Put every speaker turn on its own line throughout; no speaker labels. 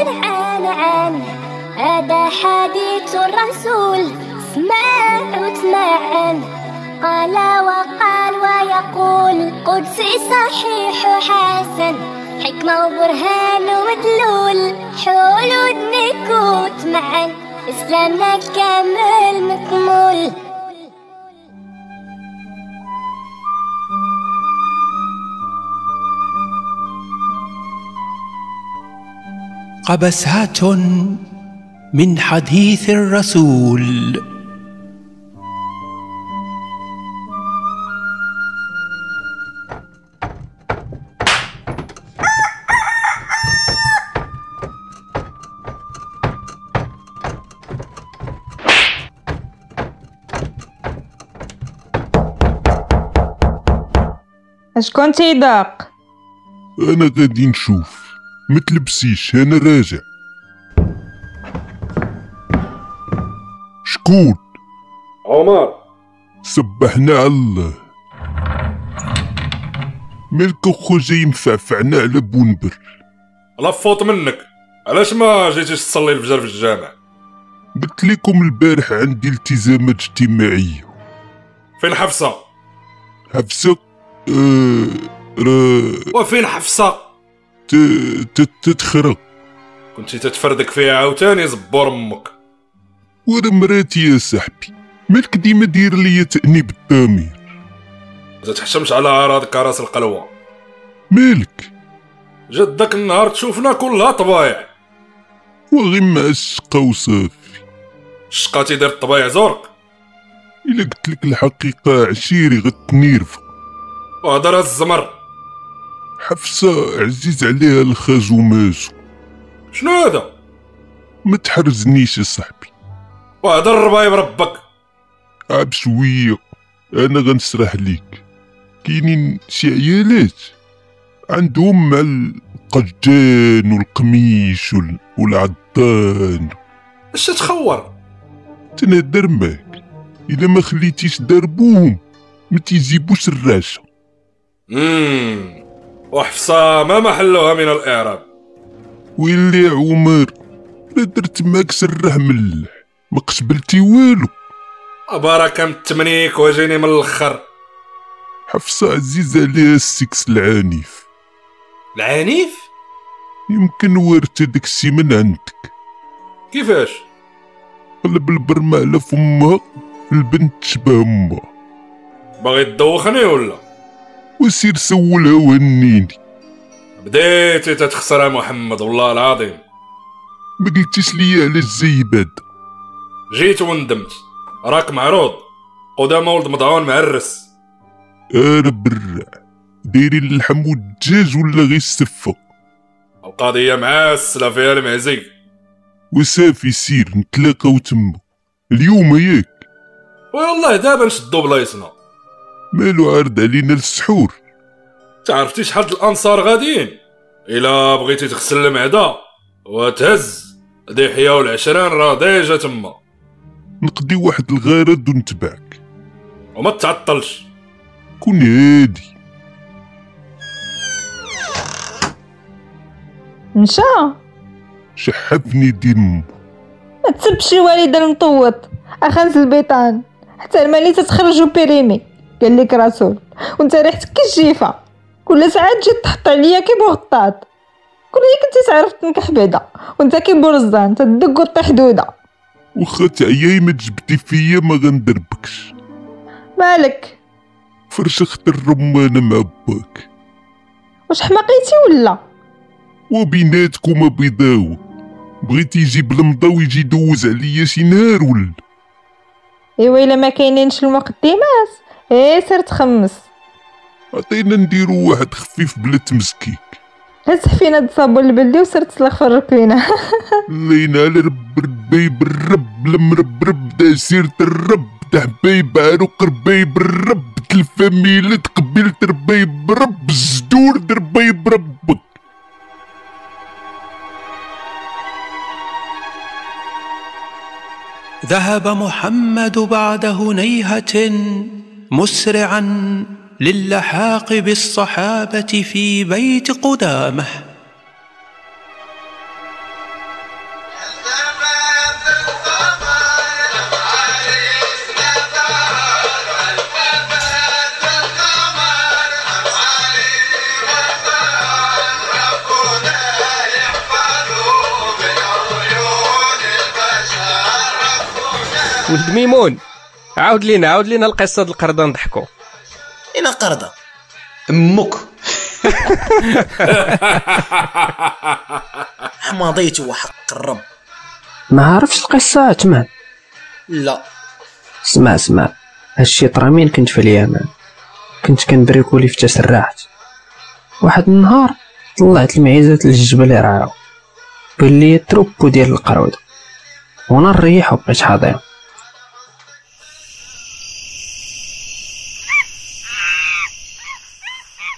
الآن آن هذا حديث الرسول اسمع واسمع آن قال وقال ويقول قدسي صحيح حسن حكمة وبرهان ومدلول حول ودنك وتمعن إسلامنا كامل مكمول
قبسات من حديث الرسول
شكون تيدق
انا غادي نشوف ما تلبسيش انا راجع شكون
عمر
سبحنا على الله مالك اخو جاي مفعفعنا على بونبر
لفوت منك علاش ما جيتيش تصلي الفجر في الجامع
قلت لكم البارح عندي التزامات اجتماعيه
فين حفصة
حفصه آه را
وفين حفصة
ت- ت- تتخرق
كنتي تتفردك فيها عاوتاني زبور امك
وانا مراتي يا صاحبي مالك ديما داير ليا تأنيب الضمير
ما تحشمش على عراضك راس القلوة
مالك
جات داك النهار تشوفنا كلها طبايع
وغي مع الشقا وصافي
شقاتي دارت طبايع زرق
الا قلت لك الحقيقه عشيري غتنيرفق
وهضر الزمر
حفصه عزيز عليها الخاز ومازو
شنو هذا
ما تحرزنيش يا صاحبي
وهضر الربايب ربك
عاب شويه انا غنسرح ليك كاينين شي عيالات عندهم مع القجان والقميش وال- والعضان
اش تخور
تنهدر معاك الا ما خليتيش داربوهم ما تيجيبوش الراشة
امم وحفصة ما محلها من الاعراب
ويلي يا عمر لا درت معاك سره ملح ما قشبلتي والو
بركة من التمنيك وجيني من الاخر
حفصة عزيزة عليها السكس العنيف
العنيف
يمكن ورثة داكشي من عندك
كيفاش
قلب البرمة على فمها البنت تشبه امها
باغي تدوخني ولا
وسير سولها وهنيني
بديتي تتخسر يا محمد والله العظيم
ما قلتيش ليا على الزيبات
جيت وندمت راك معروض قدام ولد مضعون معرس
انا برع دايرين اللحم والدجاج ولا غير السفة
القضية معسلة فيها المعزي
وصافي سير نتلاقاو تما اليوم ياك
والله دابا نشدو بلايصنا
مالو عارض علينا السحور
تعرفتي شحال د الانصار غاديين الا بغيتي تغسل المعدة وتهز دحية والعشرين راه ديجا تما
نقضي واحد الغرض ونتبعك
وما تعطلش
كون هادي
مشى
شحفني ديم
ما تسبش الوالده المطوط اخنز البيطان حتى المالي تتخرج بيريمي قال لك رسول وانت ريحتك كالجيفه كل ساعه تجي تحط عليا كي بغطاط كل اللي كنتي تعرف تنكح بعدا وانت كي برزان تدق وطيح دوده
واخا تعياي ما تجبدي فيا ما غندربكش
مالك
فرشخت الرمانة مع باك
واش حماقيتي ولا
وبيناتكم بيضاوة بغيت يجيب المضا ويجي يدوز عليا شي نهار ولا
ايوا الا ما كاينينش المقدمات ايه سير تخمس
عطينا نديرو واحد خفيف بلا تمسكيك
هز حفينه د الصابون البلدي وسير تسلخ في الركلينه
اللينا على رب ربيب الرب المرب رب دا سيرة الرب دا حبايب عروق ربيب الرب دا الفاميلة قبيلة ربيب رب الزدور دا ربيب ربك
ذهب محمد بعد هنيهة مسرعا للحاق بالصحابة في بيت قدامه
ولد ميمون عاود لينا عاود لينا القصه د القرده نضحكوا
اين قرده امك مضيت وحق الرب
ما عرفتش القصه عثمان
لا
اسمع اسمع هادشي طرا مين كنت في اليمن كنت كنبريكولي في تسرعت واحد النهار طلعت المعيزات للجبل يرعاو بان ليا تروبو ديال القرود وانا نريح وبقيت حاضر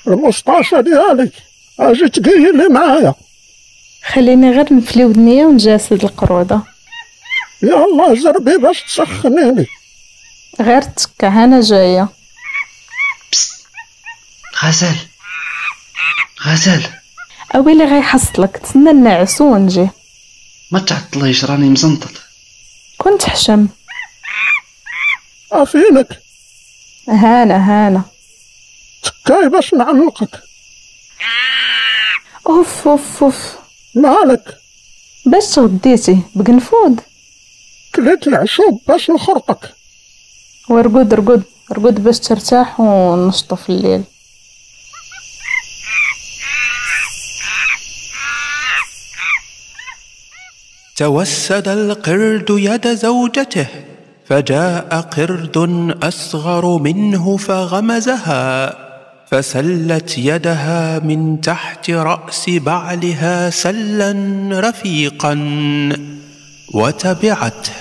المسطاشة ديالي اجي تقيلي معايا
خليني غير نفلي ودنيا ونجسد القرودة
يلا جربي باش تسخنيني
غير تكا انا جاية
غزال غزال
اويلي غيحصلك تسنى النعس ونجي
ما تعطليش راني مزنطط
كنت حشم
افينك
هانا هانا
تكاي باش نعلقك
اوف اوف اوف
مالك
باش تغديتي بقنفود
كليت العشوب باش نخرطك
ورقد رقد رقد باش ترتاح ونشطو في الليل
توسد القرد يد زوجته فجاء قرد اصغر منه فغمزها فسلت يدها من تحت راس بعلها سلا رفيقا وتبعته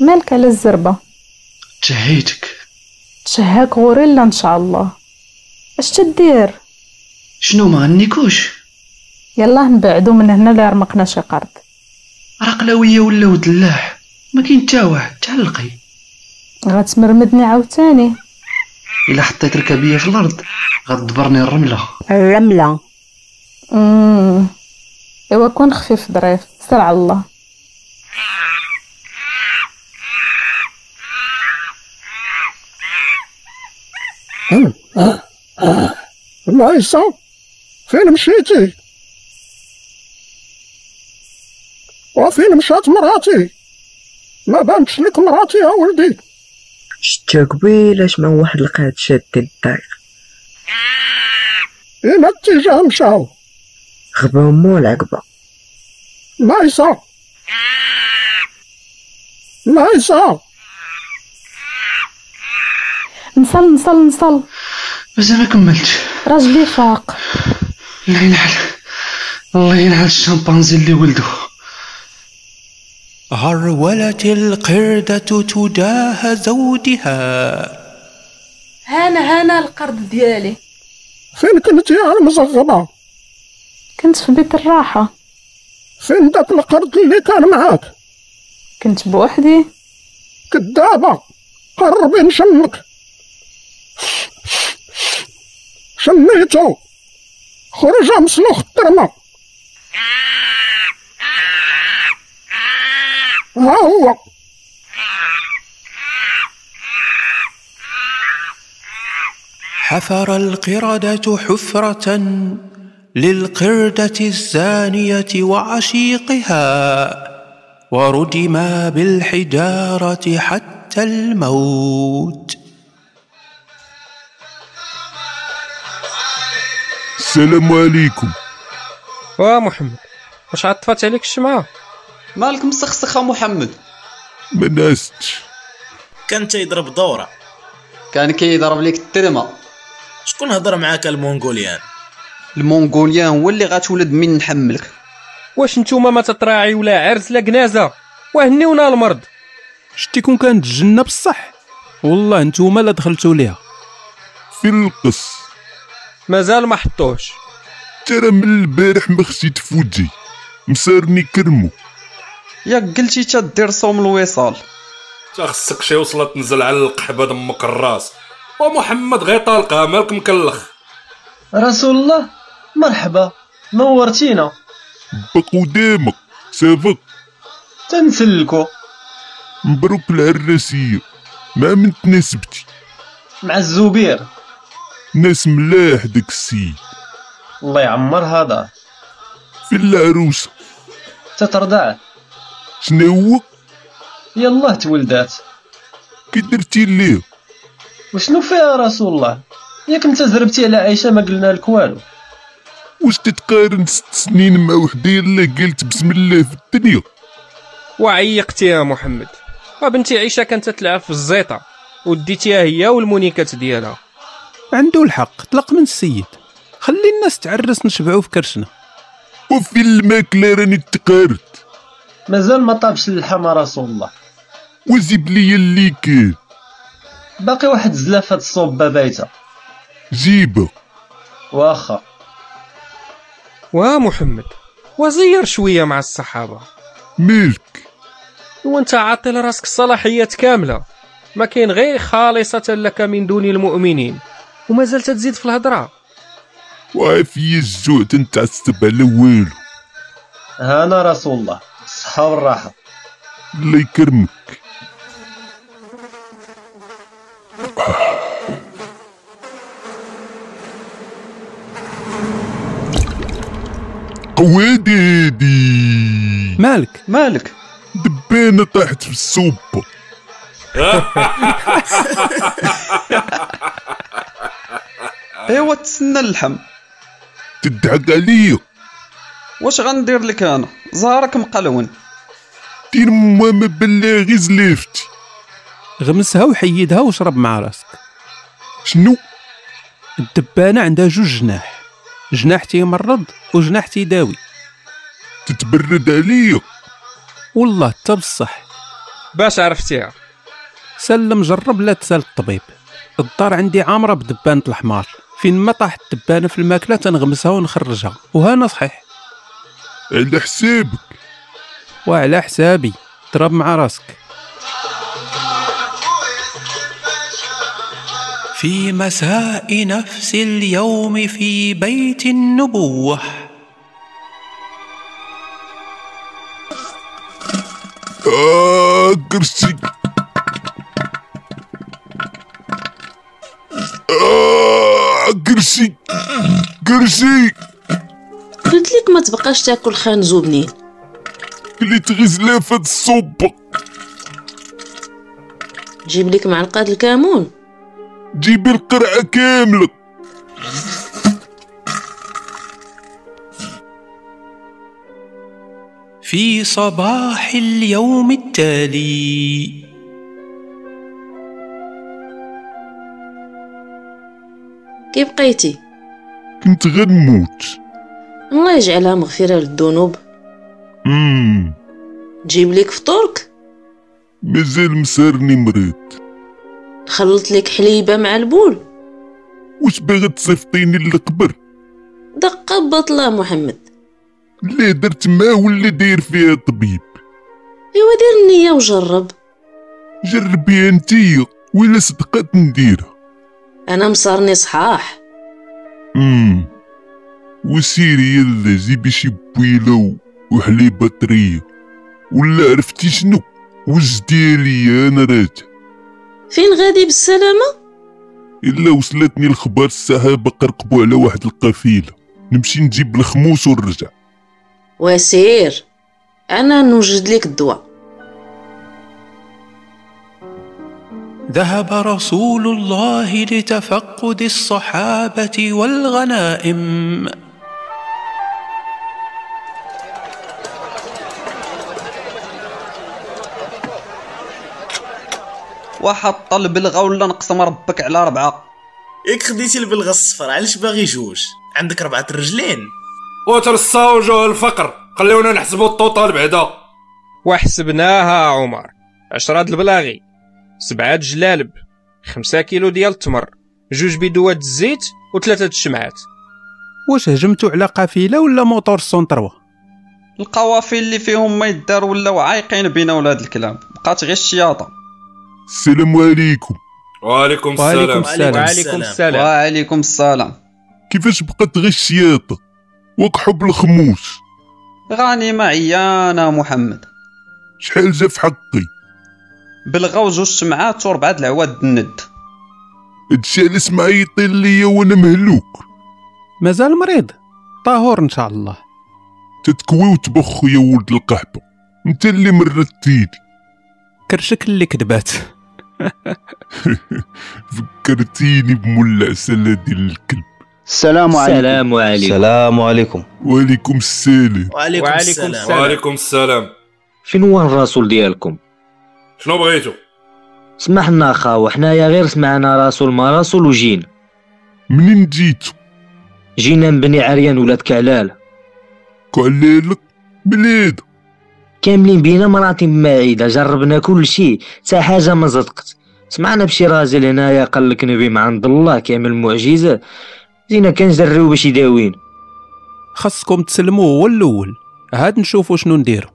مالك على الزربة
تشهيتك
تشهاك غوريلا ان شاء الله اش تدير
شنو ما غنيكوش
يلاه نبعدو من هنا لا رمقنا شي قرد
راه قلاويه ولا ودلاح ما كاين حتى واحد تعلقي
غتمرمدني عاوتاني
الا حطيت ركبيه في الارض غتدبرني الرمله
الرملة
امم ايوا كون خفيف ظريف سر على الله
هم، آه، آه. العيسى فين مشيتي وفين مشات مراتي ما بانتش لك مراتي يا ولدي
شتا قبيل اش ما واحد لقات شادين الطريق
الى اتجاه إيه مشاو
غبا مو العقبة
العيسى العيسى
نصل نصل نصل
مازال ما كملتش
راجلي فاق
الله ينعل الله ينعل الشمبانزي اللي ولده
هرولت القردة تجاه زوجها
هانا هانا القرد ديالي
فين كنتي يا المزغبة
كنت في بيت الراحة
فين داك القرد اللي كان معاك
كنت بوحدي
كدابة قربي نشمك شميتو خرج مسلوخ الترمة ها هو
حفر القردة حفرة للقردة الزانية وعشيقها ورجما بالحجارة حتى الموت
السلام عليكم
وا محمد واش عطفات عليك الشمعه
مالك مسخسخ محمد
ما ناستش
كان تيضرب دوره
كان كيضرب ليك الترمه
شكون هضر معاك المونغوليان
المونغوليان هو اللي غتولد من نحملك
واش نتوما ما تطراعي ولا عرس لا جنازه وهنيونا المرض
شتي كون كانت الجنة بصح والله نتوما لا دخلتوا ليها
في القص
مازال ما حطوش
ترى من البارح ما خسيت فوتي مسارني كرمو
ياك قلتي تدير صوم الوصال
تا خصك شي وصله تنزل على القحبه دمك الراس ومحمد غير طالقه مالك مكلخ
رسول الله مرحبا نورتينا
بقوا دامك سافق
تنسلكو
مبروك العراسية ما من تناسبتي
مع الزبير
ناس ملاح داك السيد
الله يعمر هذا
في العروسة
تترضع
شنو هو
يلاه تولدات
كي درتي ليه
وشنو فيها رسول الله ياك انت زربتي على عائشه ما قلنا لك والو
واش تتقارن ست سنين مع وحده يلا قالت بسم الله في الدنيا
وعيقتي يا محمد وبنتي عيشه كانت تلعب في الزيطه وديتيها هي والمونيكات ديالها
عنده الحق طلق من السيد خلي الناس تعرس نشبعو في كرشنا
وفي الماكله راني تقارت
مازال ما طابش اللحم يا رسول الله
وزيب لي اللي كاين
باقي واحد زلافه الصوبه بايته
جيبه
واخا
وا محمد وزير شويه مع الصحابه
ملك
وانت عاطل راسك الصلاحيات كامله ما كاين غير خالصه لك من دون المؤمنين وما زلت تزيد في الهضره
وعافية الجوع تنتعصب على والو
هانا رسول الله الصحه والراحه
الله يكرمك قواديدي
مالك
مالك
دبانة طاحت في السوبة
ايوا تسنى اللحم
تدعك عليا
واش غندير لك انا زهرك مقلون
دير ما ما بلا غير زليفتي
غمسها وحيدها وشرب مع راسك
شنو
الدبانه عندها جوج جناح جناح تيمرض وجناح تيداوي
تتبرد عليا
والله تا بصح
باش عرفتيها
سلم جرب لا تسال الطبيب الدار عندي عامره بدبانه الحمار فين ما طاحت الدبانه في الماكله تنغمسها ونخرجها وهنا صحيح
على حسابك
وعلى حسابي ضرب مع راسك
في مساء نفس اليوم في بيت النبوة
آه كرسي آه كرسي كرسي
قلت لك ما تبقاش تاكل خانزو وبنين
كليت غير زلافة الصوبة
جيب لك معلقة الكمون
جيبي القرعة كاملة
في صباح اليوم التالي
كي بقيتي
كنت غنموت
الله يجعلها مغفرة للذنوب
مم.
جيب لك فطورك
مازال مسارني مريض
نخلط لك حليبة مع البول
واش باغا تصيفطيني للقبر
دقة بطلة محمد
لا درت ما ولا داير فيها طبيب
ايوا دير النية وجرب
جربيها انتيا ولا صدقات نديرها
انا مصارني صحاح
امم وسيري يلا جيبي شي بويله و- وحليبه طريه ولا عرفتي شنو وجدي ليا انا راجع
فين غادي بالسلامة
الا وصلتني الخبر السحابه قرقبوا على واحد القافيله نمشي نجيب الخموس ونرجع
وسير انا نوجد لك الدواء
ذهب رسول الله لتفقد الصحابة والغنائم
وحط البلغه ولا نقسم ربك على ربعه
ياك خديتي البلغه الصفر علاش باغي جوج عندك ربعه الرجلين
وترصاو وجوه الفقر خليونا نحسبوا الطوطال بعدا
وحسبناها عمر عشرة د البلاغي سبعة د جلالب خمسة كيلو ديال التمر جوج بدوات الزيت وثلاثة د الشمعات
واش هجمتو على قافله ولا موتور السونتروا
القوافل اللي فيهم ما يدار ولاو عايقين بينا ولاد الكلام بقات غير الشياطه
السلام عليكم
وعليكم السلام
وعليكم السلام.
وعليكم السلام.
وعليكم السلام
كيفاش بقات غير الشياطه وقحوا بالخموس
غاني معي انا محمد
شحال جا في حقي
بلغه وجوج شمعات وربعه د العواد الند
هادشي علاش معيطين ليا وانا مهلوك
مازال مريض طاهور ان شاء الله
تتكوي وتبخ يا ولد القحبه انت اللي مرتيني
كرشك اللي كذبات
فكرتيني بملا سلا ديال الكلب
السلام عليكم السلام عليكم السلام
عليكم وعليكم السلام
وعليكم السلام.
وعليكم السلام
فين هو الرسول ديالكم
شنو بغيتو
سمح لنا اخاو حنايا غير سمعنا رسول ما رسول وجينا
منين جيتو
جينا من بني عريان ولاد كعلال
كعلال بلاد
كاملين بينا مراتي معيدة جربنا كل شيء حتى حاجة ما صدقت سمعنا بشي راجل هنايا قال لك نبي من عند الله كامل معجزة زينا كنجريو باش يداوينا
خاصكم تسلموا هو الاول عاد نشوفوا شنو نديروا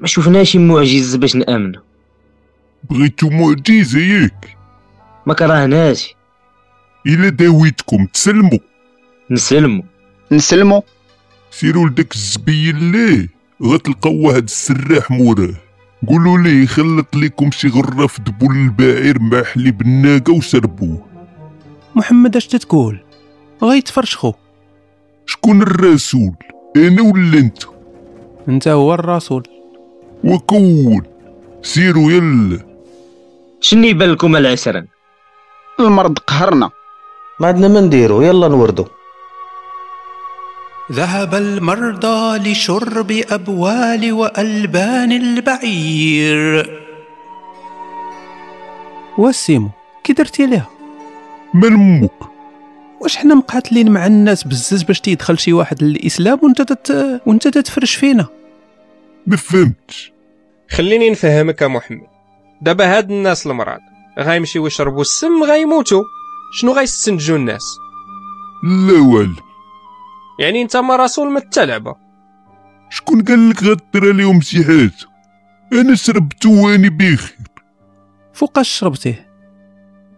ما شفناش معجز باش نامنوا
بغيتو معجزة ياك
ما كرهناش
إلا داويتكم تسلموا
نسلموا
نسلموا سيروا لداك الزبيل ليه غتلقاو واحد السراح موراه قولوا ليه يخلط لكم شي غراف دبول البعير مع حليب الناقه وسربوه
محمد اش تتقول غيتفرشخو
شكون الرسول انا ولا انت
انت هو الرسول
وكون سيروا يلا
شني بالكم العسران
المرض قهرنا
ما عندنا ما نديرو يلا نوردو
ذهب المرضى لشرب أبوال وألبان البعير
وسيمو كي درتي ليها
من امك
واش حنا مقاتلين مع الناس بزاف باش تيدخل شي واحد للاسلام وانت تت... وانت تتفرش فينا
ما فهمتش
خليني نفهمك يا محمد دابا هاد الناس المرض غيمشيو يشربوا السم غيموتوا شنو غيستنتجوا الناس
لا والو
يعني انت ما رسول ما التلعبه
شكون قال لك غدير ليهم شي حاجه انا شربتو واني بخير
فوقاش شربتيه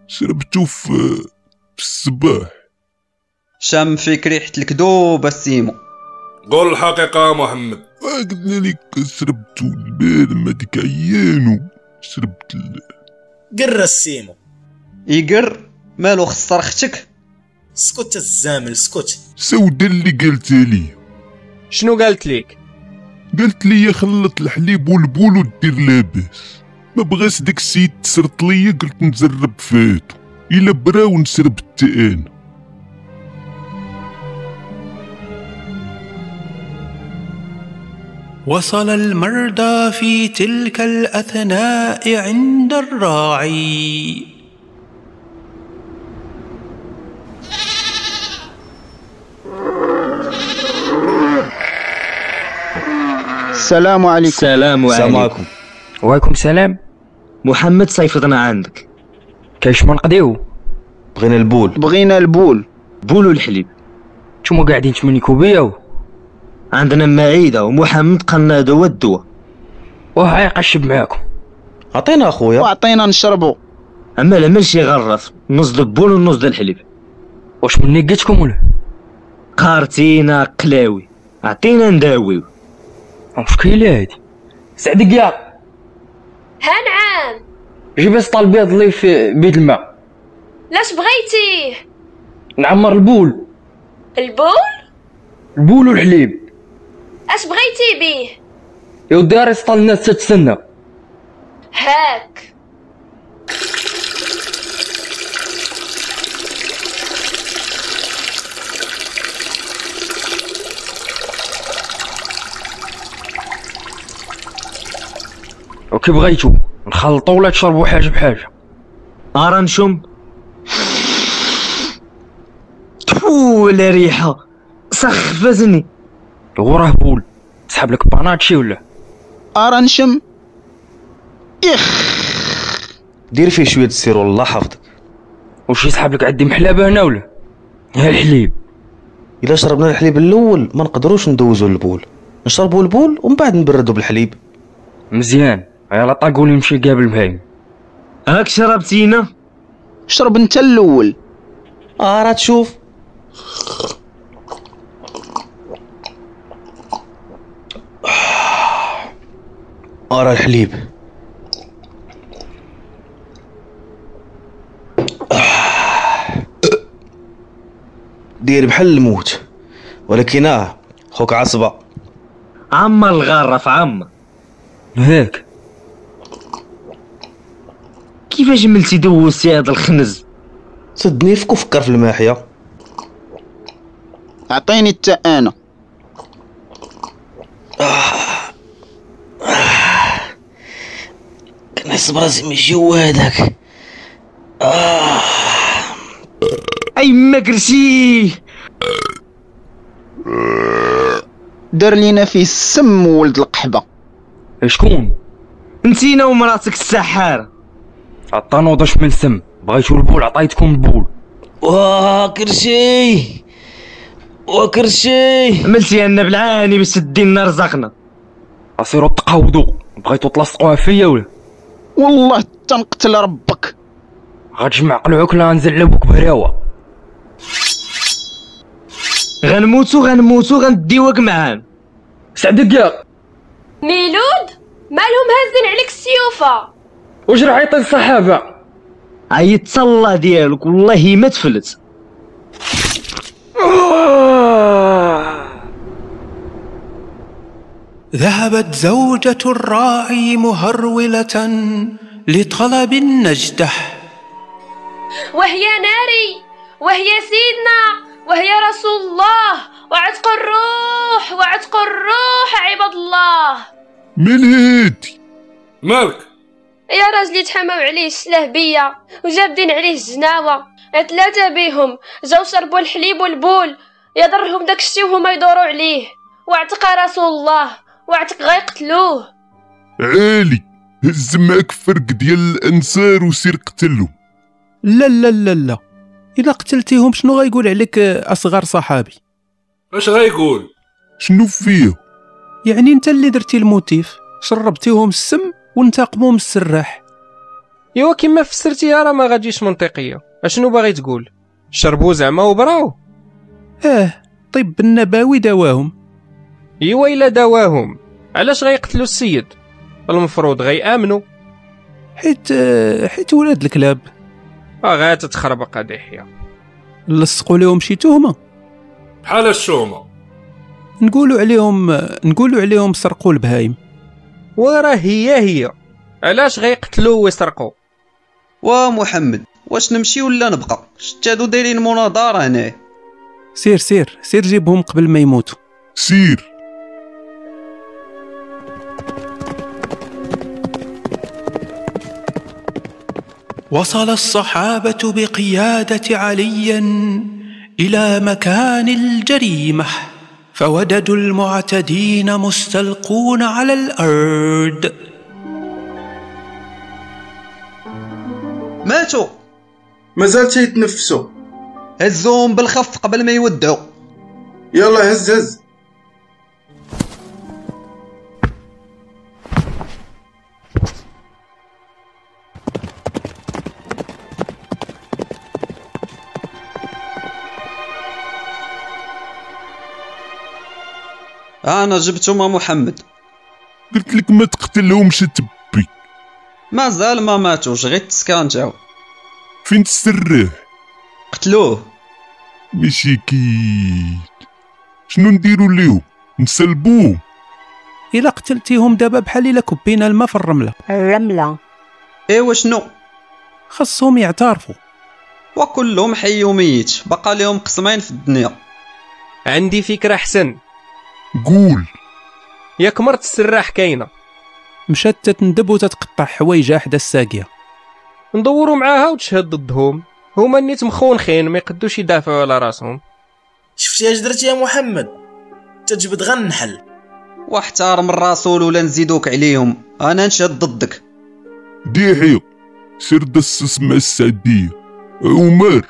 شربتو في في الصباح
شم فيك ريحه الكذوب السيمو
قول الحقيقه يا محمد
قلنا لك شربتو البال ما ديك عيانو شربت ال...
قر السيمو
يقر مالو خسر اختك
سكت الزامل سكت
سودة اللي قالت لي
شنو قالت ليك
قالت لي خلط الحليب والبول ودير لاباس ما بغاش داك السيد تسرط ليا قلت نجرب فاتو الا براو نسرب التئان
وصل المرضى في تلك الأثناء عند الراعي
السلام عليكم
السلام
السلام
عليكم
وعليكم السلام
محمد صيفطنا عندك
كاش ما نقضيو
بغينا البول
بغينا البول
بول والحليب
نتوما قاعدين تمني كوبيه
عندنا معيدة ومحمد قالنا هذا هو الدواء
واه عيقشب معاكم
عطينا اخويا
وعطينا نشربو
اما لا ماشي غرف نص د البول ونص د الحليب
واش مني قلتكم ولا
قارتينا قلاوي عطينا نداويو
واش كاين هادي سعدك يا
ها نعم
جيب لي سطال بيض اللي في بيد الماء
لاش بغيتيه
نعمر البول
البول
البول والحليب
اش بغيتي بيه
يا ودي راه سطال الناس تتسنى
هاك
وكي بغيتو نخلطو ولا تشربوا حاجه بحاجه
ارا نشم تفو ولا ريحه سخفتني
وراه بول تسحب لك باناتشي ولا
ارا نشم اخ
دير فيه شويه السيرو الله حافظك
واش يسحب لك عندي محلابه هنا ولا ها الحليب
الا شربنا الحليب الاول ما نقدروش ندوزو البول نشربو البول ومن بعد نبردو بالحليب
مزيان يلا طاقوني نمشي قابل مهيم
هاك شربتينا
شرب انت آه، الاول
اه راه تشوف آه، راه الحليب آه. دير بحال الموت ولكن اه خوك عصبه
عم الغرف عم
هاك
كيفاش ملتي دوزتي هذا الخنز
صدني في كفكر في الماحيه
عطيني حتى انا
آه. كنحس براسي ماشي هو هذاك آه.
اي ما كرسي دار لينا فيه السم ولد القحبه
شكون
نسينا ومراتك السحاره
عطانو ضش من السم بغيتو البول عطيتكم البول
واه كرشي وكرشي ملتي عنا بالعاني باش تدي لنا رزقنا
اسيرو تقاوضو بغيتو تلصقوها فيا ولا
والله تنقتل ربك
غتجمع قلعوك لا نزلبوك بهراوه
غنموتو غنموتو غنديوك معانا
سعدك يا
ميلود مالهم هازين عليك السيوفة
واش راه عيطي الصحابه
عيطت الله ديالك والله ما تفلت
ذهبت زوجة الراعي مهرولة لطلب النجدح
وهي ناري وهي سيدنا وهي رسول الله وعتق الروح وعتق الروح عباد الله
من هادي
مالك
يا راجلي تحماو عليه السلاح بيا وجابدين عليه الزناوة ثلاثة بيهم جاو شربوا الحليب والبول يضرهم داكشي وهما يدوروا عليه واعتق رسول الله واعتق غيقتلوه
عالي هز معاك فرق ديال الانصار وسير قتلهم
لا لا لا لا الا قتلتيهم شنو غيقول عليك آه، اصغر صحابي
اش غيقول
شنو فيه
يعني انت اللي درتي الموتيف شربتيهم السم وانتقموا من السراح
ايوا كيما فسرتيها راه ما غاديش منطقيه اشنو باغي تقول شربو زعما وبراو
اه طب النبوي دواهم
ايوا الا داواهم علاش غيقتلوا السيد المفروض غيامنوا
حيت آه، حيت ولاد الكلاب
اه غاتتخربق هادي حيا
لصقوا لهم شي تهمه
بحال الشومه
نقولوا عليهم آه، نقولوا عليهم سرقوا البهايم
وراه هي هي علاش غيقتلوا ويسرقوا
ومحمد واش نمشي ولا نبقى شتى هادو دايرين مناظره هنا
سير سير سير جيبهم قبل ما يموتوا
سير
وصل الصحابة بقيادة علي إلى مكان الجريمة فوجدوا المعتدين مستلقون على الأرض
ماتوا
مازال تيتنفسوا
هزوهم بالخف قبل ما يودعوا
يلا هز هز
انا جبتهم محمد
قلت لك ما تقتلهمش تب
مازال ما ماتوش غير تسكانتاو
فين تسرح
قتلوه
ماشي كيت شنو نديرو ليهم نسلبوهم
الا قتلتيهم دابا بحال الا كبينا الماء في الرمله
الرمله ايوا شنو
خصهم يعترفوا
وكلهم حي وميت بقى لهم قسمين في الدنيا
عندي فكره حسن
قول
ياك مرت السراح كاينه
مشات تتندب وتتقطع حوايجها حدا الساقيه
ندوروا معاها وتشهد ضدهم هما نيت مخونخين ما يقدوش يدافعوا على راسهم
شفتي اش درتي يا محمد تجبد غنحل
واحترم الرسول ولا نزيدوك عليهم انا نشهد ضدك
ديحيو سير دسس مع السعدية عمر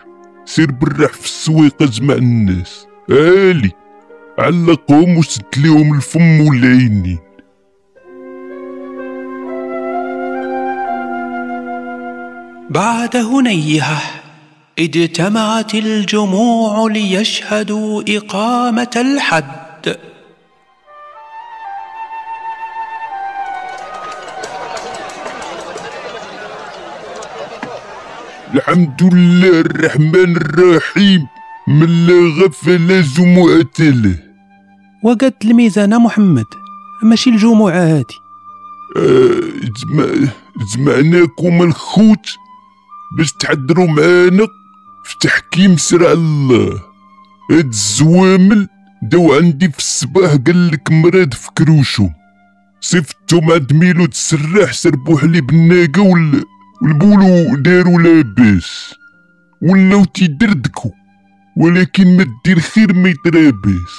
سير بالرح في السويق اجمع الناس عالي علقهم وسد ليهم الفم والعينين
بعد هنيهة اجتمعت الجموع ليشهدوا إقامة الحد
الحمد لله الرحمن الرحيم من لا غفل جمعة له
وقد الميزانة محمد ماشي الجمعة هادي
آه، اجمع جمعناكم الخوت باش تحضروا معانا في تحكيم سرع الله هاد الزوامل داو عندي في الصباح قال لك مراد في كروشو صيفطتهم عند ميلود السراح سربو حليب الناقة وال... والبولو داروا لاباس ولاو تيدردكو ولكن ما دير خير ما يتراباس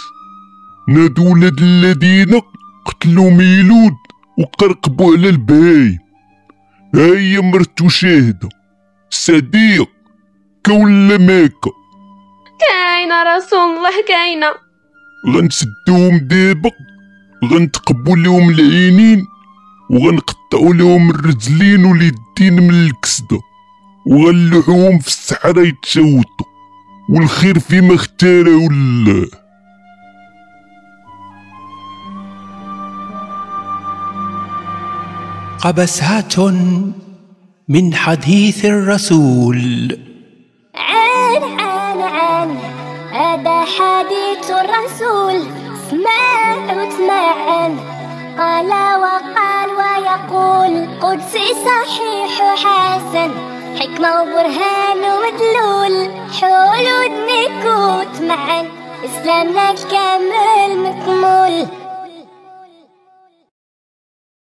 نادوا ولاد الذين قتلوا ميلود وقرقبوا على البهايم ها هي مرتو شاهدة صديق كولا ماكا
كاينه رسول الله كاينه
غنسدوهم دابا غنتقبوا لهم العينين وغنقطعوا لهم الرجلين واليدين من الكسدة وغنلوحوهم في الصحراء يتشوتوا والخير فيما اختاره الله
قبسات من حديث الرسول
عن عن عن هذا حديث الرسول اسمع واسمع عن قال وقال ويقول قدسي صحيح حسن حكمة وبرهان ومدلول حلول ودنك وتمعن إسلامنا الكامل مكمول